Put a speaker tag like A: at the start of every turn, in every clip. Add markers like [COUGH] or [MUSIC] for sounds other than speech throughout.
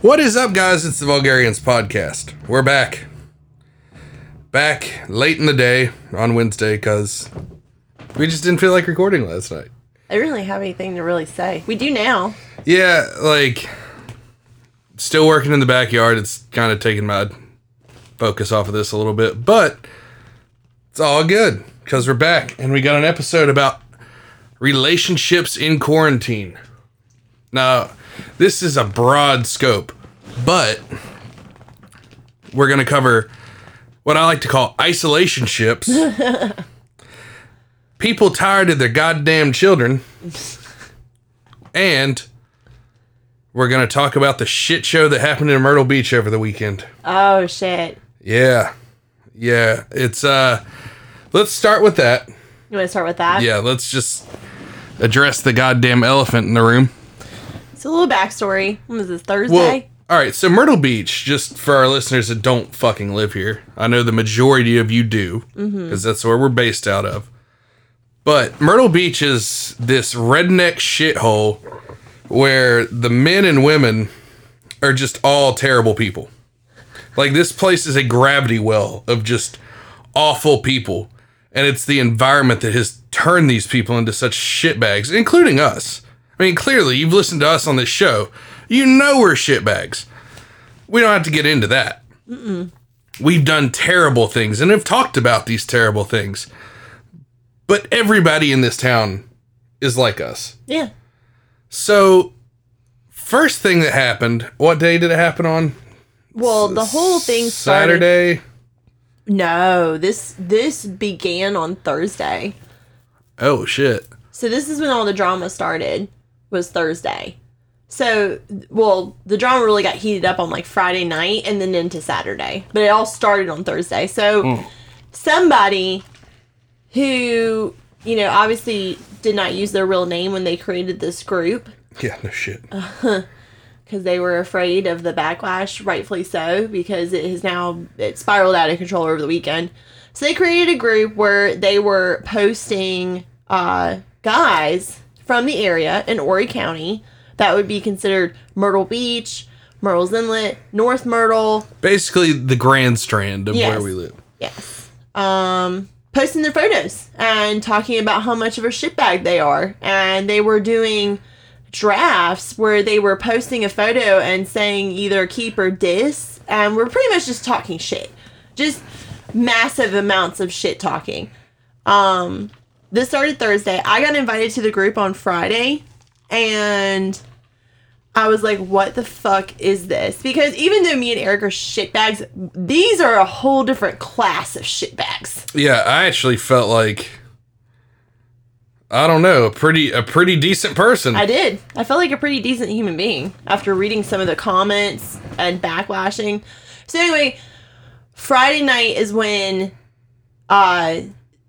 A: What is up, guys? It's the Vulgarians Podcast. We're back. Back late in the day on Wednesday because we just didn't feel like recording last night.
B: I don't really have anything to really say. We do now.
A: Yeah, like, still working in the backyard. It's kind of taking my focus off of this a little bit, but it's all good because we're back and we got an episode about relationships in quarantine. Now, this is a broad scope, but we're going to cover what I like to call isolation ships. People tired of their goddamn children. And we're going to talk about the shit show that happened in Myrtle Beach over the weekend.
B: Oh shit!
A: Yeah. Yeah. It's uh let's start with that.
B: You want to start with that?
A: Yeah, let's just address the goddamn elephant in the room.
B: It's a little backstory. When was this Thursday?
A: Well, all right, so Myrtle Beach, just for our listeners that don't fucking live here, I know the majority of you do, because that's where we're based out of. But Myrtle Beach is this redneck shithole where the men and women are just all terrible people. Like, this place is a gravity well of just awful people. And it's the environment that has turned these people into such shitbags, including us. I mean, clearly, you've listened to us on this show. You know we're shitbags. We don't have to get into that. We've done terrible things and have talked about these terrible things. But everybody in this town is like us.
B: yeah,
A: So, first thing that happened, what day did it happen on?
B: Well, the whole thing started.
A: Saturday.
B: No, this this began on Thursday.
A: Oh, shit.
B: So this is when all the drama started. Was Thursday. So, well, the drama really got heated up on like Friday night and then into Saturday, but it all started on Thursday. So, somebody who you know obviously did not use their real name when they created this group
A: Yeah, no shit.
B: because they were afraid of the backlash, rightfully so, because it has now it spiraled out of control over the weekend. So they created a group where they were posting uh, guys from the area in Horry County that would be considered Myrtle Beach, Myrtle's Inlet, North Myrtle.
A: Basically, the Grand Strand of where
B: Yes.
A: we live.
B: Yes. Um, posting their photos and talking about how much of a shitbag they are. And they were doing drafts where they were posting a photo and saying either keep or diss. And we're pretty much just talking shit. Just massive amounts of shit talking. Um, this started Thursday. I got invited to the group on Friday and I was like, what the fuck is this? Because even though me and Eric are shitbags, these are a whole different class of shitbags.
A: Yeah, I actually felt like I don't know, a pretty a pretty decent person.
B: I did. I felt like a pretty decent human being after reading some of the comments and backlashing. So anyway, Friday night is when uh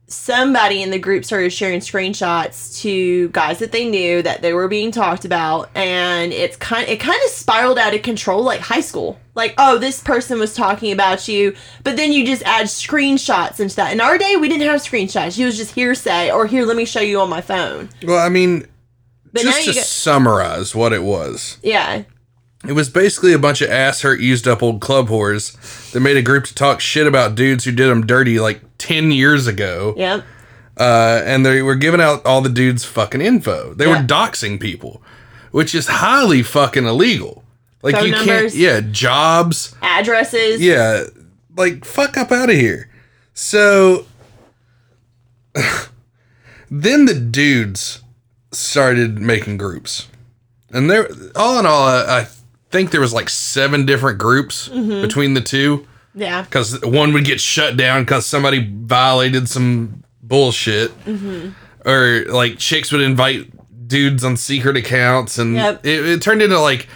B: somebody in the group started sharing screenshots to guys that they knew that they were being talked about and it's kind it kind of spiraled out of control like high school. Like, oh, this person was talking about you, but then you just add screenshots into that. In our day, we didn't have screenshots. It was just hearsay or here, let me show you on my phone.
A: well, I mean,
B: But now
A: just
B: you
A: to
B: get
A: summarize what it was.
B: yeah.
A: It was basically a bunch of ass hurt used up old club whores that made a group to talk shit about dudes who did them dirty like 10 years ago.
B: Yep.
A: Uh, and they were giving out all the dudes fucking info. They
B: Yeah.
A: were doxing people, which is highly fucking illegal. Like
B: Phone
A: you
B: numbers.
A: can't yeah, jobs,
B: addresses.
A: yeah, like fuck up out of here. So [SIGHS] then the dudes started making groups, and there, all in all, I, I think there was like seven different groups between the two
B: Yeah.
A: because one would get shut down because somebody violated some bullshit, or like chicks would invite dudes on secret accounts, and
B: Yep.
A: it, it turned into like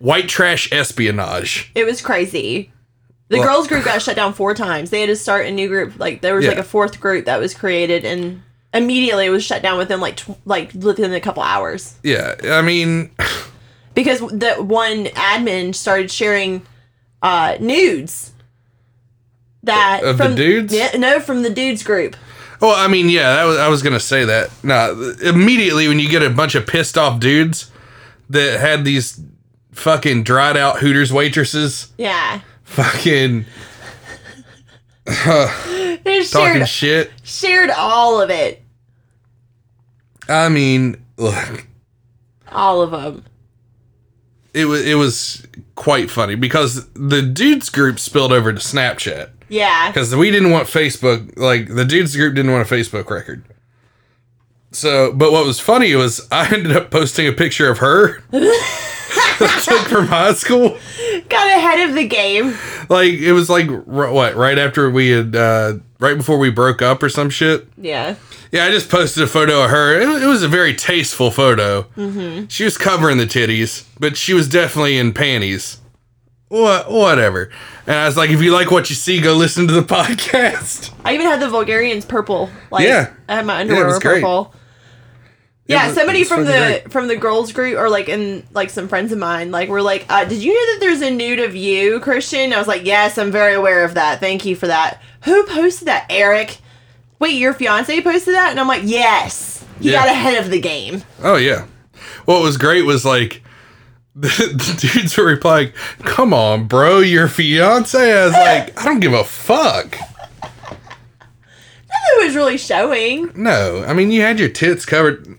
A: white trash espionage.
B: It was crazy. The
A: Well-
B: girls group got shut down four times. They had to start a new group. Like there was like
A: Yeah.
B: a fourth group that was created, and immediately it was shut down within like tw- like within a couple hours
A: Yeah, I mean,
B: because the one admin started sharing uh nudes that
A: Of the dudes?
B: Yeah, no, from the dudes group.
A: Well, I mean, yeah, that was, I was gonna say that. Nah, immediately when you get a bunch of pissed off dudes that had these fucking dried out Hooters waitresses,
B: Yeah.
A: fucking
B: They
A: talking
B: shared,
A: shit.
B: shared all of it.
A: I mean, look,
B: All of them.
A: it was it was quite funny because the dudes group spilled over to Snapchat
B: Yeah.
A: because we didn't want Facebook. Like the dudes group didn't want a Facebook record. So, but what was funny was I [LAUGHS] ended up posting a picture of her [LAUGHS] that I took from high school.
B: Got ahead of the game.
A: Like it was like r- what right after we had uh, right before we broke up or some shit.
B: Yeah.
A: Yeah, I just posted a photo of her. It, it was a very tasteful photo. Mm-hmm. She was covering the titties, but she was definitely in panties. What, whatever. And I was like, if you like what you see, go listen to the [LAUGHS] podcast.
B: I even had the Vulgarians purple. Like,
A: Yeah.
B: I had my underwear
A: Yeah, it was
B: were
A: great.
B: purple. Yeah,
A: was-
B: somebody
A: it's
B: from the
A: fucking great.
B: from the girls group or like in like some friends of mine like were like, uh, "Did you know that there's a nude of you, Christian?" I was like, "Yes, I'm very aware of that. Thank you for that." Who posted that, Eric? Wait, your fiance posted that, and I'm like, "Yes, you
A: Yeah.
B: got ahead of the game."
A: Oh, yeah. What was great was like, [LAUGHS] the, the dudes were replying, come on, bro, your fiance.
B: [LAUGHS]
A: I was like, I don't give a fuck.
B: It was really showing.
A: No, I mean, you had your tits covered.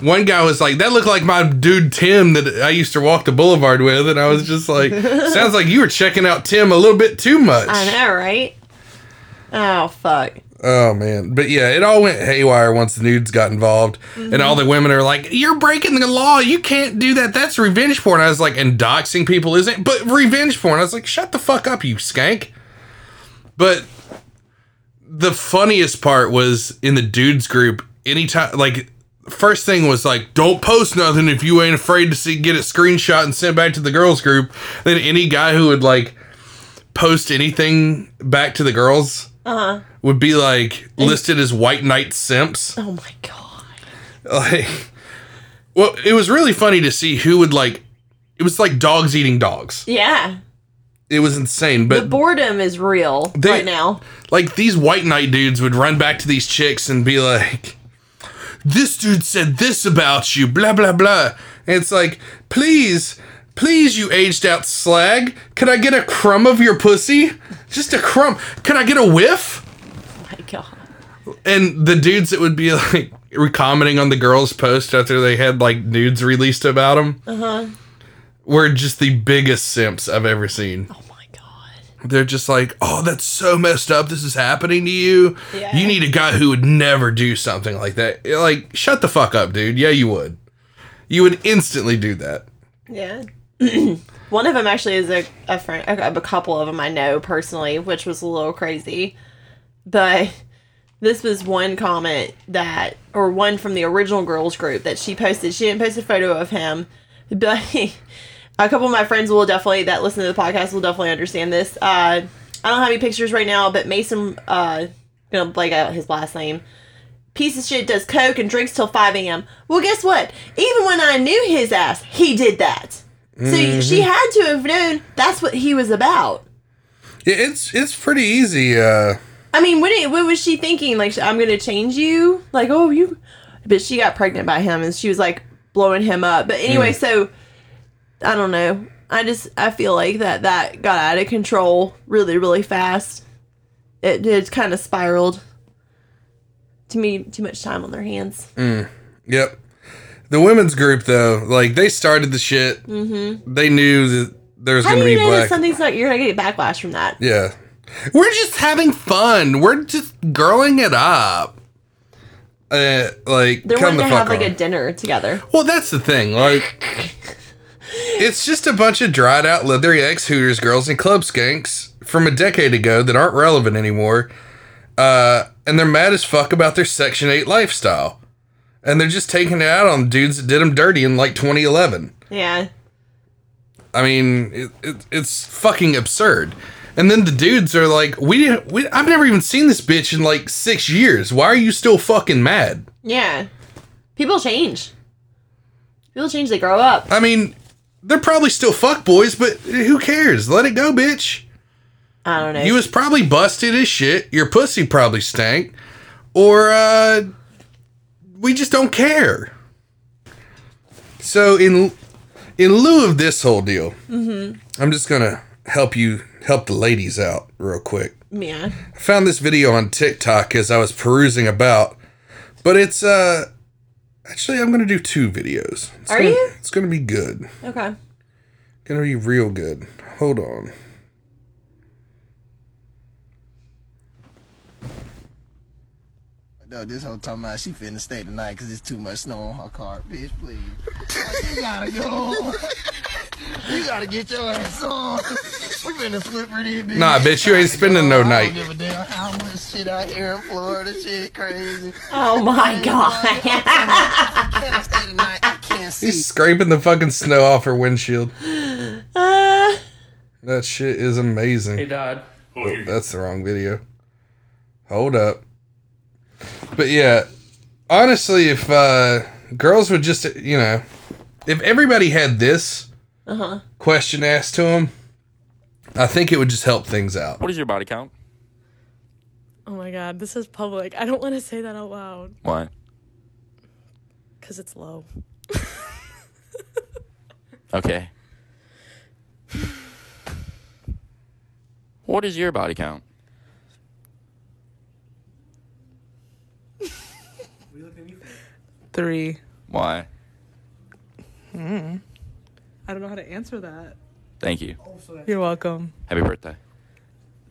A: One guy was like, that looked like my dude Tim that I used to walk the boulevard with. And I was just like, sounds like you were checking out Tim a little bit too much.
B: I know, right? Oh fuck.
A: Oh, man. But yeah, it all went haywire once the nudes got involved. And all the women are like, you're breaking the law. You can't do that. That's revenge porn. I was like, and doxing people isn't, but revenge porn. I was like, shut the fuck up, you skank. But the funniest part was in the dudes group. Anytime, like, first thing was like, don't post nothing if you ain't afraid to see get a screenshot and send back to the girls group. Then any guy who would like post anything back to the girls would be like listed as white knight simps. [LAUGHS]
B: Oh my god.
A: Like, well, it was really funny to see who would like. It was like dogs eating dogs.
B: Yeah,
A: It was insane,
B: the
A: but
B: boredom is real
A: They-
B: right now.
A: like these white knight dudes would run back to these chicks and be like, "This dude said this about you, blah blah blah." And it's like, please, please, you aged out slag, could I get a crumb of your pussy? Just a crumb? Can I get a whiff?
B: Oh my god.
A: And the dudes that would be like commenting on the girls' post after they had like nudes released about them
B: Uh-huh.
A: were just the biggest simps I've ever seen
B: Oh my god.
A: they're just like, oh, that's so messed up. This is happening to you.
B: Yeah.
A: You need a guy who would never do something like that. You're Like, shut the fuck up, dude. Yeah, you would. You would instantly do that.
B: Yeah. [CLEARS THROAT] One of them actually is a, a friend, a, a couple of them I know personally, which was a little crazy. But this was one comment that, or one from the original girls group that she posted. She didn't post a photo of him, [LAUGHS] but a couple of my friends will definitely, that listen to the podcast will definitely understand this. Uh, I don't have any pictures right now, but Mason, uh, gonna blank out his last name piece of shit does coke and drinks till 5 a.m. Well, guess what? Even when I knew his ass, he did that. So she had to have known that's what he was about.
A: Yeah, It's it's pretty easy. Uh,
B: I mean, what, it, what was she thinking? Like, I'm going to change you? Like, oh, you. But she got pregnant by him and she was like blowing him up. But anyway, so I don't know. I just, I feel like that that got out of control really, really fast. It, it kind of spiraled. To me, too much time on their hands.
A: yep. The women's group though, like they started the shit. Mm-hmm. They knew that there's
B: How
A: going
B: do
A: to
B: you
A: be
B: know that
A: black.
B: something's not? You're gonna get backlash from that.
A: yeah. We're just having fun. We're just girling it up. Uh, like
B: They're
A: come
B: wanting
A: the
B: to
A: fuck
B: have like
A: on.
B: a dinner together.
A: [LAUGHS] Well, that's the thing. Like, it's just a bunch of dried out, leathery ex Hooters girls and club skanks from a decade ago that aren't relevant anymore. Uh, and they're mad as fuck about their Section 8 lifestyle. And they're just taking it out on dudes that did them dirty in like 2011.
B: Yeah,
A: I mean, it, it, it's fucking absurd. And then the dudes are like, we, didn't- we, I've never even seen this bitch in like six years. Why are you still fucking mad?
B: yeah. People change. People change. They grow up.
A: I mean, they're probably still fuckboys, but who cares? Let it go, bitch.
B: I don't know.
A: You was probably busted as shit. Your pussy probably stank. Or uh we just don't care. So in in lieu of this whole deal, I'm just gonna help you help the ladies out real quick.
B: Yeah.
A: I found this video on TikTok as I was perusing about, but it's uh actually I'm gonna do two videos. It's
B: Are
A: gonna-
B: you?
A: It's gonna be good.
B: Okay.
A: Gonna be real good. Hold on.
C: No, this whole time about she finna stay tonight because it's too much snow on her car. Bitch, please. Like, you gotta go. you gotta get your ass on. We finna flip her in, bitch.
A: Nah, bitch, you ain't spending no
C: I
A: night.
C: don't give a damn how much shit out here in Florida. Shit crazy.
B: Oh
C: [LAUGHS]
B: my god. [LAUGHS]
C: Can I stay tonight? I can't
A: He's
C: see.
A: scraping the fucking snow off her windshield.
B: uh,
A: That shit is amazing.
D: died.
A: Oh, that's the wrong video. Hold up. But yeah, honestly, if uh, girls would just, you know, if everybody had this
B: Uh-huh.
A: question asked to them, I think it would just help things out.
D: What is your body count?
E: Oh my god, this is public. I don't want to say that out loud
D: What?
E: because it's low.
D: Okay. What is your body count?
F: Three. Hmm.
D: Why?
F: I don't know how to answer that.
D: Thank you.
F: You're welcome.
D: Happy birthday.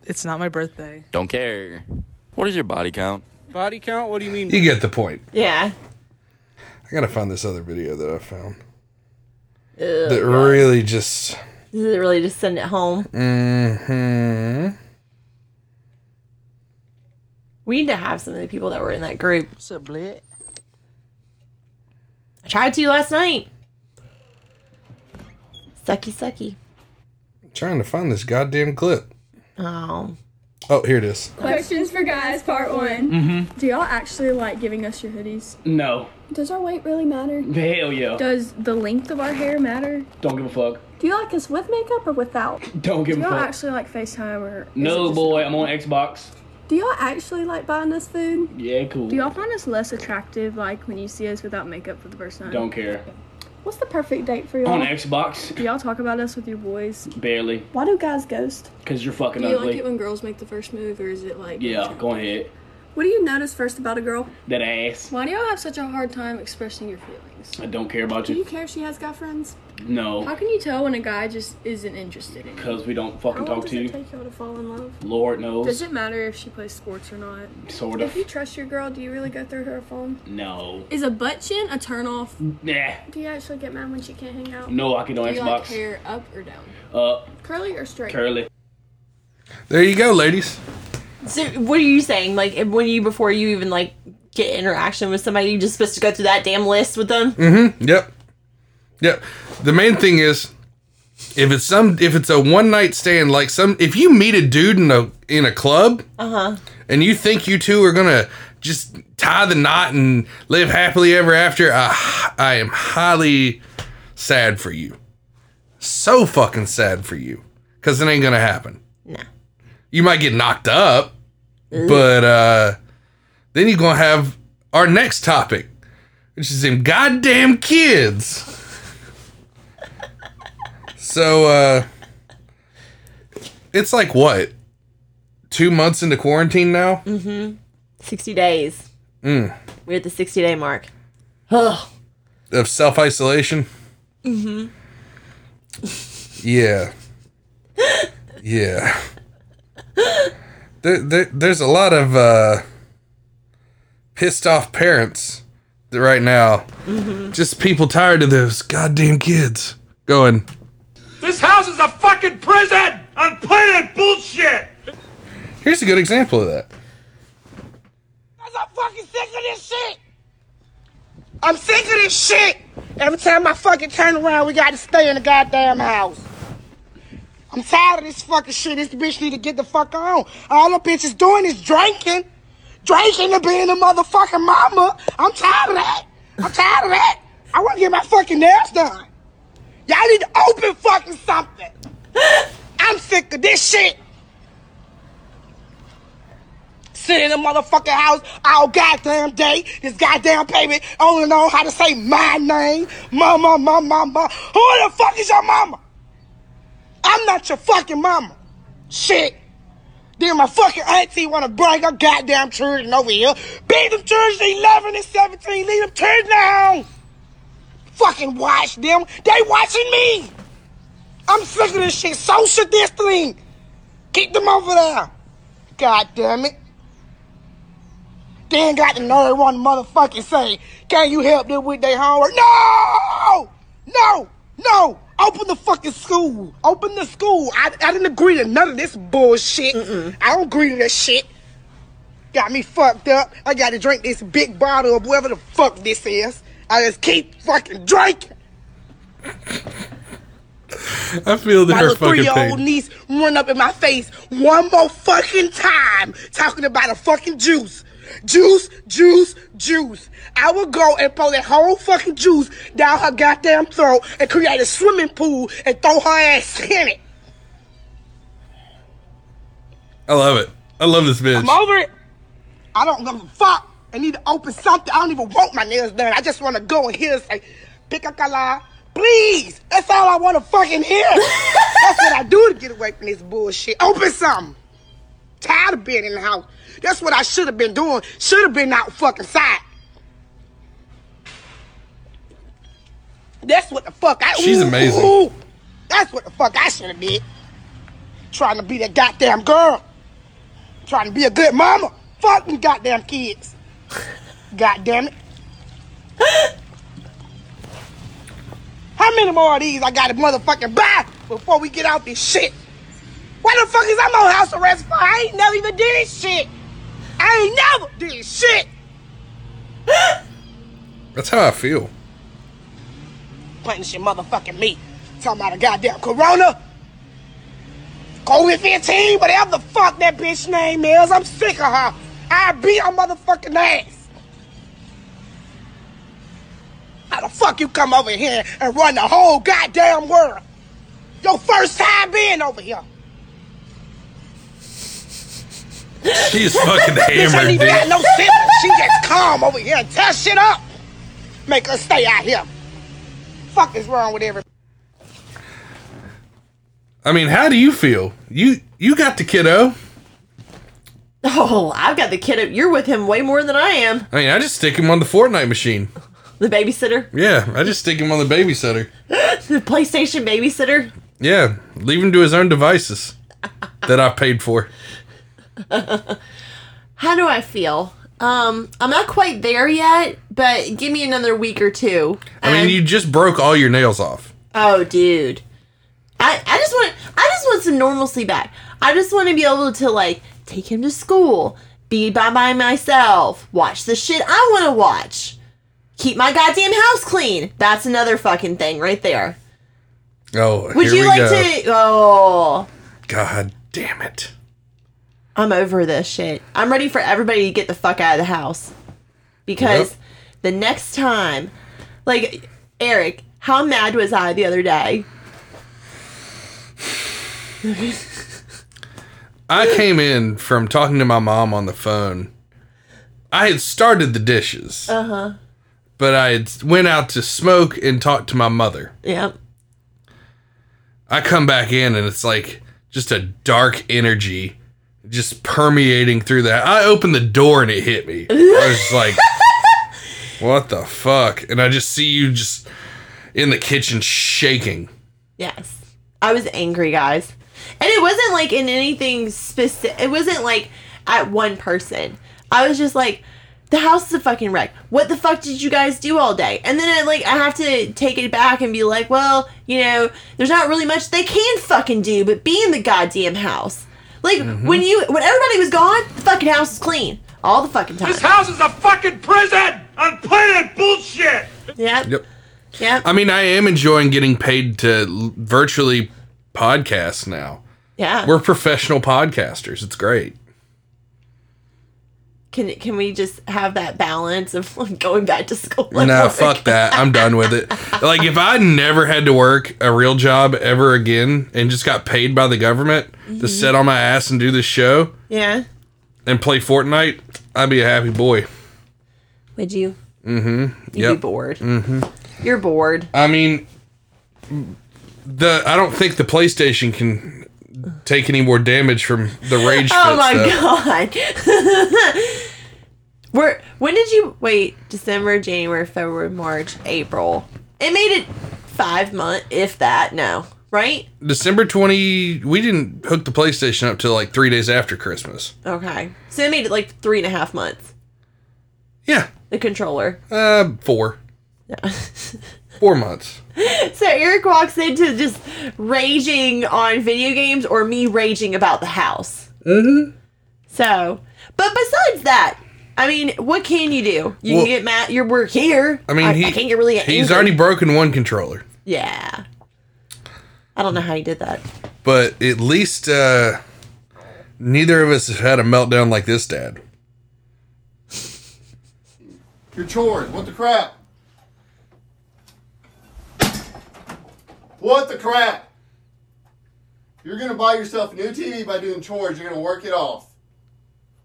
F: It's not my birthday.
D: Don't care. What is your body count?
G: Body count? What do you mean?
A: You get the point.
B: Yeah.
A: I gotta find this other video that I found. that really just.
B: This is really just send it home.
A: hmm
B: We need to have some of the people that were in that group.
C: What's up, Blit?
B: I tried to last night. Sucky sucky.
A: Trying to find this goddamn clip.
B: Oh.
A: Oh, here it is.
H: Questions for guys, part one. Mm-hmm. Do y'all actually like giving us your hoodies?
G: No.
H: Does our weight really matter?
G: Hell yeah.
H: Does the length of our hair matter?
G: Don't give a fuck.
H: Do you like us with makeup or without?
G: Don't give
H: Do
G: a
H: y'all
G: fuck.
H: actually like FaceTime or? is it
G: No,
H: just-
G: boy, I'm on Xbox.
H: Do y'all actually like buying us food?
G: Yeah, cool.
H: Do y'all find us less attractive like when you see us without makeup for the first time?
G: Don't care.
H: What's the perfect date for y'all?
G: On Xbox?
H: do y'all talk about us with your boys?
G: Barely.
H: Why do guys ghost?
G: Because you're fucking
I: Do you like
G: ugly.
I: it when girls make the first move, or is it like?
G: Yeah, go ahead.
I: What do you notice first about a girl?
G: That ass.
I: Why do y'all have such a hard time expressing your feelings?
G: I don't care about
I: Do you
G: you.
I: care if she has guy friends? How
G: No.
I: can you tell when a guy just isn't interested in you?
G: Because we don't fucking
I: How long
G: talk
I: does
G: to
I: it
G: you.
I: take y'all to fall in love?
G: Lord
I: Does
G: knows.
I: it matter if she plays sports or not?
G: Sort
I: If
G: of.
I: you trust your girl, do you really go through her phone?
G: No.
I: Is a butt chin a turn off? Do
G: Nah.
I: you actually get mad when she can't hang out?
G: No, I can on
I: Do you like
G: Xbox.
I: hair up or down?
G: Up,
I: Curly or straight?
G: curly.
A: There you go, ladies.
B: So what are you saying? Like when you before you even like get interaction with somebody, you just supposed to go through that damn list with them?
A: Yep. Yep. The main thing is if it's some if it's a one night stand like some if you meet a dude in a in a club and you think you two are gonna just tie the knot and live happily ever after, I, I am highly sad for you. So fucking sad for you. Cause it ain't gonna happen.
B: No.
A: You might get knocked up, but uh then you're gonna have our next topic, which is them goddamn kids. so uh it's like what? Two months into quarantine now?
B: 60 days. We're at the 60 day mark. Ugh.
A: Of self isolation? Mm-hmm. Yeah. yeah. There, there, there's a lot of uh, pissed off parents that right now. Just people tired of those goddamn kids going,
J: This house is a fucking prison! I'm planet bullshit!
A: Here's a good example of that.
J: I'm so fucking sick of this shit! I'm sick of this shit! Every time I fucking turn around, we gotta stay in the goddamn house. I'm tired of this fucking shit. This bitch need to get the fuck on. All the bitch is doing is drinking. Drinking and being a motherfucking mama. I'm tired of that. I'm tired of that. I wanna get my fucking nails done. Y'all need to open fucking something. I'm sick of this shit. sit in the motherfucking house all goddamn day. This goddamn baby only know how to say my name. Mama, mama, mama. Who the fuck is your mama? I'm not your fucking mama. Shit. Then my fucking auntie wanna bring her goddamn children over here. Beat them children 11 and 17. Leave them children down. Fucking watch them. They watching me. I'm sick of this shit. Social distancing. Keep them over there. God damn it. Then got the nerd one motherfucking say, can you help them with their homework? No! No! No! Open the fucking school. Open the school. I, I didn't agree to none of this bullshit. I don't agree to that shit. Got me fucked up. I gotta drink this big bottle of whatever the fuck this is. I just keep fucking drinking.
A: I feel that
J: My
A: her
J: little three
A: fucking
J: year old
A: pain.
J: niece run up in my face one more fucking time talking about a fucking juice. Juice, juice, juice. I would go and pour that whole fucking juice down her goddamn throat and create a swimming pool and throw her ass in it.
A: I love it. I love this bitch.
J: I'm over it. I don't give a fuck. I need to open something. I don't even want my nails done. I just want to go and hear it say, Picacala, please. That's all I want to
A: [LAUGHS]
J: fucking hear. That's what I do to get away from this bullshit. Open something. Tired of being in the house. That's what I should have been doing. Should have been out fucking side. That's what the fuck I.
A: She's amazing.
J: that's what the fuck I should have did. Trying to be that goddamn girl trying to be a good mama. Fucking goddamn kids. Goddamn it. How many more of these I gotta motherfucking buy before we get out this shit? Why the fuck is I'm on house arrest for? I ain't never even did shit. I ain't never did shit.
A: That's how I feel.
J: Punishing motherfucking me. Talking about a goddamn corona. COVID 15, whatever the fuck that bitch name is. I'm sick of her. I beat her motherfucking ass. How the fuck you come over here and run the whole goddamn world? Your first time being over here.
A: She's fucking
J: Bitch ain't
A: hammered,
J: even got
A: dude.
J: no siblings. She just calm over here and tear shit up. Make her stay out here. Fuck is wrong with everybody?
A: I mean, how do you feel? You you got the kiddo.
B: Oh, I've got the kid. You're with him way more than I am.
A: I mean, I just stick him on the Fortnite machine.
B: The babysitter,
A: Yeah, I just stick him on the babysitter.
B: the PlayStation babysitter.
A: Yeah, leave him to his own devices that I paid for.
B: How do I feel? Um, I'm not quite there yet, but give me another week or two.
A: I mean,
B: and-
A: you just broke all your nails off.
B: Oh, dude. I, I just want I just want some normalcy back. I just want to be able to like take him to school, be by by myself, watch the shit I want to watch, keep my goddamn house clean. That's another fucking thing right there.
A: Oh,
B: Would
A: here
B: you
A: we
B: like
A: go.
B: to? Oh,
A: God damn it.
B: I'm over this shit. I'm ready for everybody to get the fuck out of the house because
A: Yep.
B: the next time, like Eric, how mad was I the other day?
A: I came in from talking to my mom on the phone. I had started the dishes. Uh huh. But I had went out to smoke and talked to my mother.
B: Yep.
A: I come back in and it's like just a dark energy just permeating through that. I opened the door and it hit me. I was just like, what the fuck? And I just see you just in the kitchen shaking.
B: Yes. I was angry, guys. And it wasn't like in anything specific. It wasn't like at one person. I was just like, the house is a fucking wreck. What the fuck did you guys do all day? And then I like I have to take it back and be like, well, you know, there's not really much they can fucking do but be in the goddamn house. Like
A: Mm-hmm.
B: when you when everybody was gone, the fucking house is clean all the fucking time.
J: house is a fucking prison. I'm playing bullshit.
B: Yep.
A: Yep.
B: Yep.
A: I mean, I am enjoying getting paid to l- virtually podcast now.
B: yeah.
A: We're professional podcasters. It's great.
B: Can can we just have that balance of like, going back to school? and
A: Nah,
B: [LAUGHS] work?
A: fuck that. I'm done with
B: [LAUGHS]
A: it. Like, if I never had to work a real job ever
B: Mm-hmm.
A: again and just got paid by the government to sit on my ass and do this show,
B: Yeah.
A: and play Fortnite, I'd be a happy boy.
B: Would you? Mm-hmm. You'd be
A: Yep.
B: bored. Mm-hmm. You're bored.
A: I mean, the I don't think the PlayStation can take any more damage from the rage.
B: [LAUGHS] Oh
A: fit
B: my
A: stuff.
B: god. [LAUGHS] Where when did you wait? December, January, February, March, April. It made it five month, if that. No, right?
A: December twenty, we didn't hook the PlayStation up till like three days after Christmas.
B: Okay, so it made it like three and a half months.
A: Yeah,
B: The controller.
A: uh, four,
B: [LAUGHS]
A: four months.
B: So Eric walks into just raging on video games or me raging about the house. Mm-hmm. So, but besides that, I mean, what can you do? You
A: Well-
B: can get mad. You're we're here.
A: I mean, he,
B: I can't get really.
A: he's
B: angry.
A: already broken one controller,
B: Yeah. I don't know how you did that.
A: but at least uh, neither of us have had a meltdown like this, Dad.
C: Your chores. What the crap? What the crap? You're gonna buy yourself a new TV by doing chores. You're gonna work it off.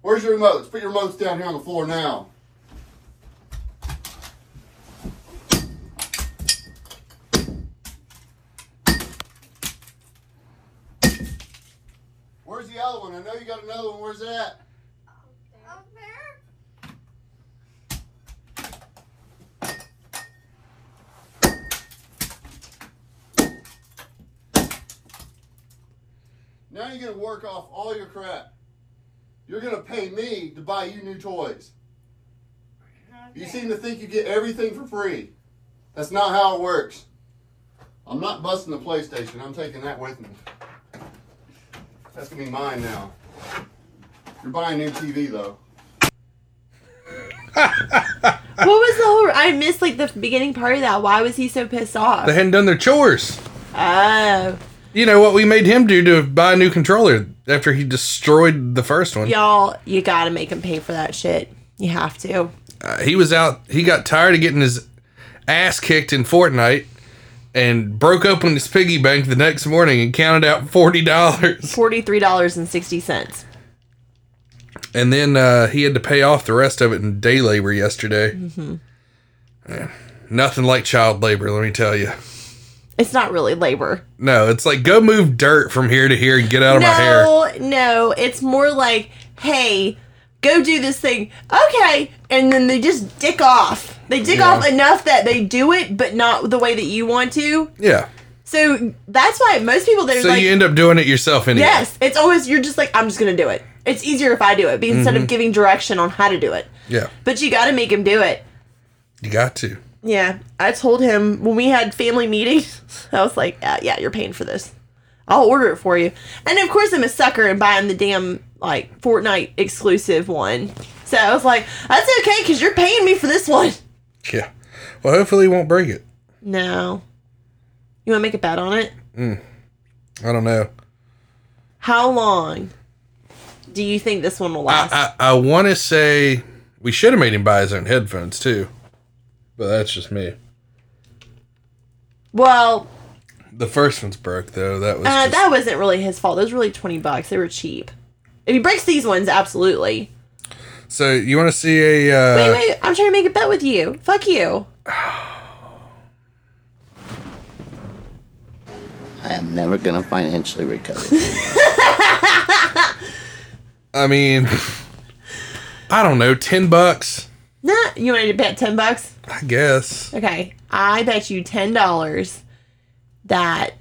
C: Where's your remotes? Put your remotes down here on the floor now. Where's the other one? I know you got another one. Where's that? Now you're gonna work off all your crap. You're gonna pay me to buy you new toys. You seem to think you get everything for free. That's not how it works. I'm not busting the PlayStation. I'm taking that with me. That's gonna be mine now. You're buying a new TV though.
B: What was the whole? I missed like the beginning part of that. Why was he so pissed off?
A: They hadn't done their chores.
B: Oh,
A: You know what we made him do to buy a new controller after he destroyed the first one.
B: y'all, you gotta make him pay for that shit. You have to.
A: Uh, he was out. He got tired of getting his ass kicked in Fortnite and broke open his piggy bank the next morning and counted out forty dollars. [LAUGHS]
B: Forty-three dollars and sixty cents.
A: And then uh, he had to pay off the rest of it in day labor yesterday.
B: Mm-hmm.
A: Yeah. nothing like child labor, let me tell you.
B: It's not really labor.
A: No, it's like go move dirt from here to here and get out of my hair.
B: No, no, it's more like, hey, go do this thing. Okay, and then they just dick off. They dick
A: Yeah.
B: off enough that they do it, but not the way that you want to.
A: Yeah.
B: So that's why most people that are
A: So
B: like,
A: you end up doing it yourself anyway.
B: Yes, it's always you're just like I'm just gonna do it. It's easier if I do it, but instead
A: Mm-hmm.
B: of giving direction on how to do it.
A: Yeah.
B: But you got to make him do it.
A: You got to.
B: Yeah, I told him when we had family meetings, [LAUGHS] I was like, uh, "Yeah, you're paying for this. I'll order it for you." And of course, I'm a sucker and buying the damn like Fortnite exclusive one. So I was like, "That's okay, cause you're paying me for this one." [LAUGHS]
A: Yeah. Well, hopefully he won't break it.
B: No, you want to make a bet on it?
A: I don't know.
B: How long do you think this one will last?
A: I, I, I want to say we should have made him buy his own headphones too, but that's just me.
B: well,
A: The first one's broke though. That was
B: Uh,
A: just-
B: that wasn't really his fault. Those was really twenty bucks. They were cheap. If he breaks these ones, absolutely.
A: so. You want to see a? Uh,
B: Wait, wait, I'm trying to make a bet with you. Fuck you.
C: I am never gonna financially recover.
A: I mean, I don't know. Ten bucks,
B: Nah, you wanted to bet ten bucks?
A: I guess.
B: Okay, I bet you ten dollars that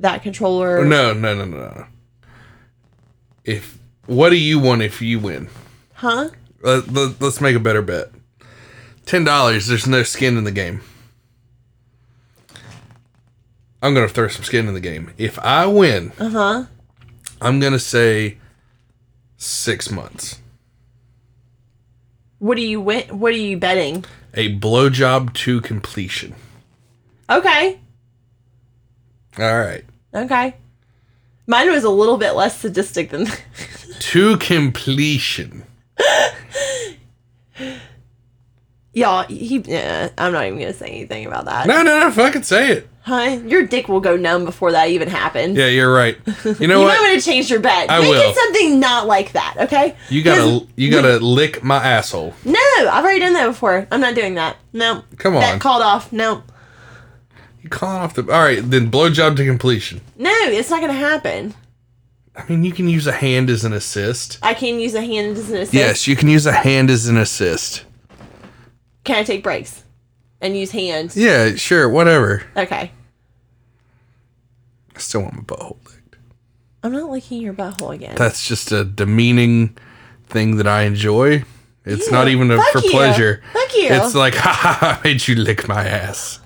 B: that controller.
A: Oh, no, no, no, no, no. If what do you want if you win?
B: Huh?
A: Let, let, let's make a better bet. Ten dollars. There's no skin in the game. I'm gonna throw some skin in the game. If I win,
B: Uh huh.
A: I'm gonna say six months.
B: What are you win? What are you betting?
A: A blowjob to completion.
B: Okay,
A: All right,
B: okay. Mine was a little bit less sadistic than. [LAUGHS]
A: to completion.
B: Y'all, he. Yeah, I'm not even gonna say anything about that.
A: No, no, no. Fucking say it.
B: Huh? Your dick will go numb before that even happens.
A: Yeah, you're right. [LAUGHS] You know
B: You
A: what?
B: might want to change your bet.
A: I
B: Make
A: will.
B: it something not like that, okay?
A: you gotta
B: 'Cause-
A: you gotta lick my asshole.
B: No, I've already done that before. I'm not doing that. No.
A: Come on.
B: That called off. No.
A: You calling off the all right? Then blowjob to completion.
B: No, it's not gonna happen.
A: I mean, you can use a hand as an assist.
B: I can use a hand as an assist.
A: Yes, you can use a hand as an assist.
B: Can I take breaks and use hands?
A: Yeah, sure, whatever.
B: Okay.
A: I still want my butthole licked.
B: I'm not licking your butthole again.
A: That's just a demeaning thing that I enjoy. It's
B: Ew,
A: not even a,
B: fuck
A: for
B: you.
A: pleasure.
B: Fuck you.
A: It's like, [LAUGHS] ha ha ha, I made you lick my ass.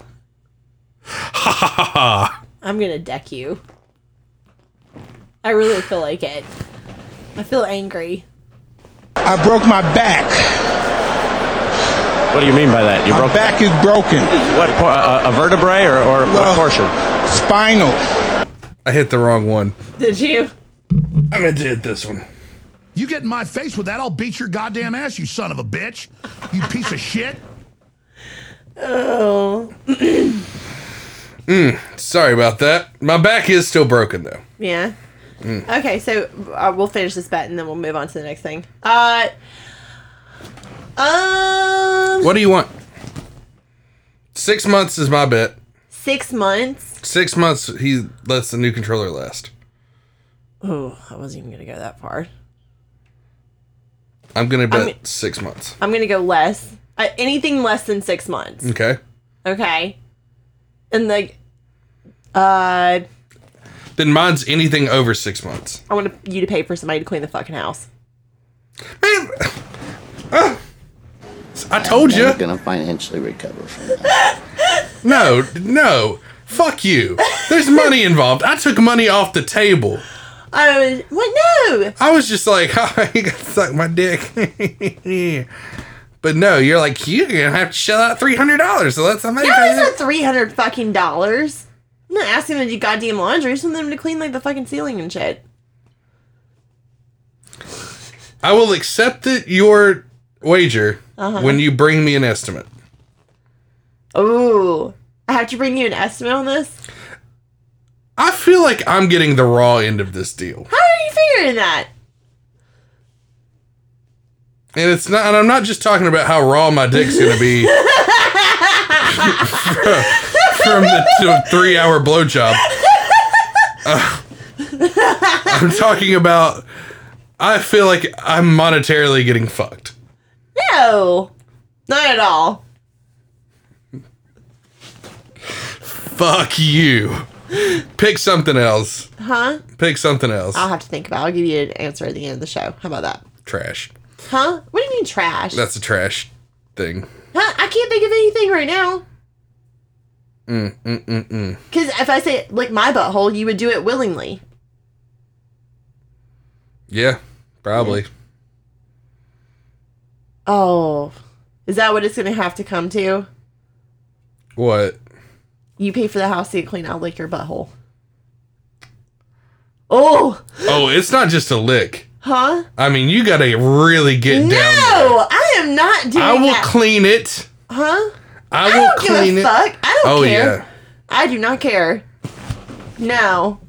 A: Ha ha ha ha.
B: I'm gonna deck you. I really feel like it. I feel angry.
J: I broke my back.
K: What do you mean by that? You
J: my
K: broke
J: back is broken.
K: what? por- A, a vertebrae or, or what
J: Well-
K: portion?
J: Spinal.
A: I hit the wrong one.
B: Did you?
A: I'm gonna hit this one.
L: You get in my face with that, I'll beat your goddamn ass, you son of a bitch. You piece of shit.
B: Oh.
A: Mm, sorry about that. My back is still broken though.
B: Yeah.
A: Mm.
B: Okay, so uh, we'll finish this bet and then we'll move on to the next thing. Uh. Um.
A: What do you want? Six months is my bet.
B: Six months.
A: Six months he lets the new controller last.
B: Oh, I wasn't even gonna go that far.
A: I'm gonna bet
B: mean-
A: six months.
B: I'm gonna go less. Uh, anything less than six months.
A: Okay.
B: Okay. And like, uh,
A: Then mine's anything over six months.
B: I want you to pay for somebody to clean the fucking house.
A: I told you.
M: gonna financially recover from that.
A: No, no. Fuck you. There's money involved. I took money off the table.
B: I was what? No.
A: I was just like, [LAUGHS] oh, you gotta suck my dick. [LAUGHS] but no, you're like, you're gonna have to shell out three hundred dollars to let somebody
B: No,
A: pay
B: it's
A: that."
B: not three hundred fucking dollars. I'm not asking them to do goddamn laundry. Just want them to clean like the fucking ceiling and shit.
A: I will accept that your wager
B: Uh-huh.
A: when you bring me an estimate.
B: Oh, I have to bring you an estimate on this.
A: I feel like I'm getting the raw end of this deal.
B: How are you figuring that?
A: And it's not and I'm not just talking about how raw my dick's gonna be [LAUGHS] from the t- three hour blowjob. Uh, I'm talking about I feel like I'm monetarily getting fucked.
B: No, not at all.
A: Fuck you. Pick something else.
B: Huh?
A: Pick something else.
B: I'll have to think about. it. I'll give you an answer at the end of the show. How about that?
A: Trash.
B: Huh? What do you mean trash?
A: That's a trash thing.
B: Huh? I can't think of anything right now.
A: Mm, mm, mm, mm.
B: Because if I say lick my butthole, you would do it willingly.
A: Yeah, probably.
B: Oh, is that what it's gonna have to come to?
A: What?
B: You pay for the house to get clean. I'll lick your butthole. Oh,
A: Oh, it's not just a lick.
B: huh?
A: I mean, you gotta really get
B: No,
A: down.
B: I am not doing
A: I will
B: that.
A: clean it.
B: huh?
A: I,
B: I
A: will
B: don't give a
A: clean it.
B: fuck. I don't
A: oh
B: care.
A: yeah.
B: I do not care. No.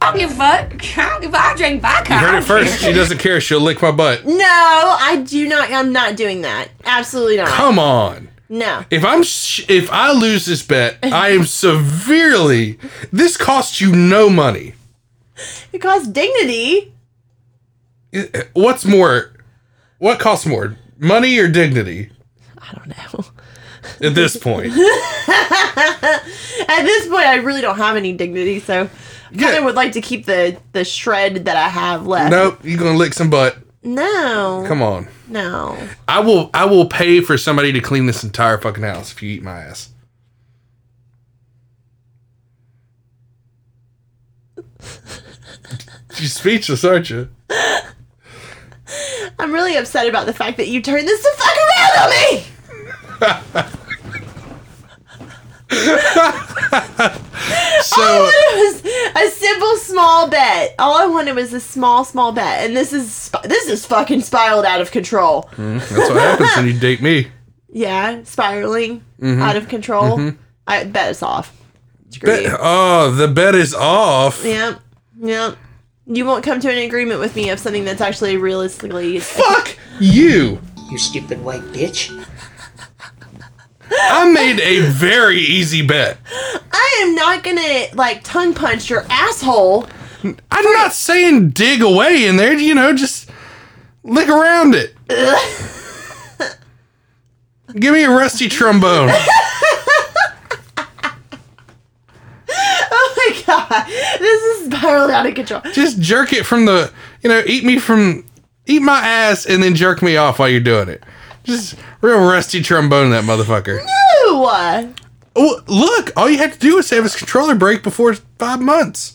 N: I don't give a fuck. I don't Uh, give a I drink vodka.
A: You heard
B: [LAUGHS]
A: it first. She doesn't care. She'll lick my butt.
B: No, I do not. I'm not doing that. Absolutely not.
A: Come on.
B: No.
A: If I'm sh- if I lose this bet, I am severely. This costs you no money.
B: It costs dignity.
A: I- What's more? What costs more, money or dignity? I don't know. At this
B: [LAUGHS]
A: point,
B: At this point, I really don't have any dignity, so I kind of would like to keep the the shred that I have left.
A: nope. You're gonna lick some butt.
B: No.
A: Come on.
B: No.
A: I will. I will pay for somebody to clean this entire fucking house if you eat my ass. [LAUGHS] You're speechless, aren't you?
B: I'm really upset about the fact that you turned this the fuck around on me. [LAUGHS]
A: So
B: It was a simple small bet. All I wanted was a small, small bet, and this is sp- this is fucking spiraled out of control.
A: Mm, that's what happens when you date me.
B: Yeah, spiraling
A: Mhm.
B: out of control.
A: Mhm.
B: I bet it's off.
A: Bet- oh, the bet is off.
B: Yep. Yep. You won't come to an agreement with me of something that's actually realistically. Fuck!
A: You.
J: You stupid white bitch.
A: I made a very easy bet.
B: I am not gonna, like, tongue punch your asshole.
A: I'm not saying dig away in there, you know, just lick around it. Give me a rusty trombone.
B: [LAUGHS] Oh my god. This is spiraling out of control.
A: Just jerk it from the, you know, eat me from, eat my ass and then jerk me off while you're doing it. Just real rusty trombone that motherfucker.
B: Ew!
A: Oh, look, all you had to do was have his controller break before five months.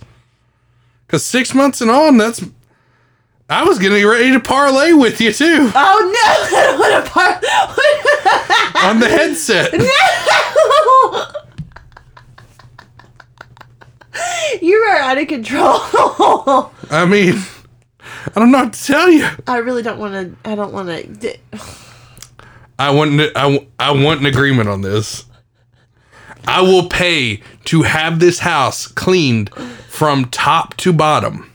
A: Because six months and on, that's. I was getting ready to parlay with you too
B: Oh no! [LAUGHS] I don't want to part.
A: on the headset.
B: you are out of control. [LAUGHS]
A: I mean, I don't know what to tell you.
B: I really don't want to. I don't want to.
A: I want an, I, w- I want an agreement on this. I will pay to have this house cleaned from top to bottom.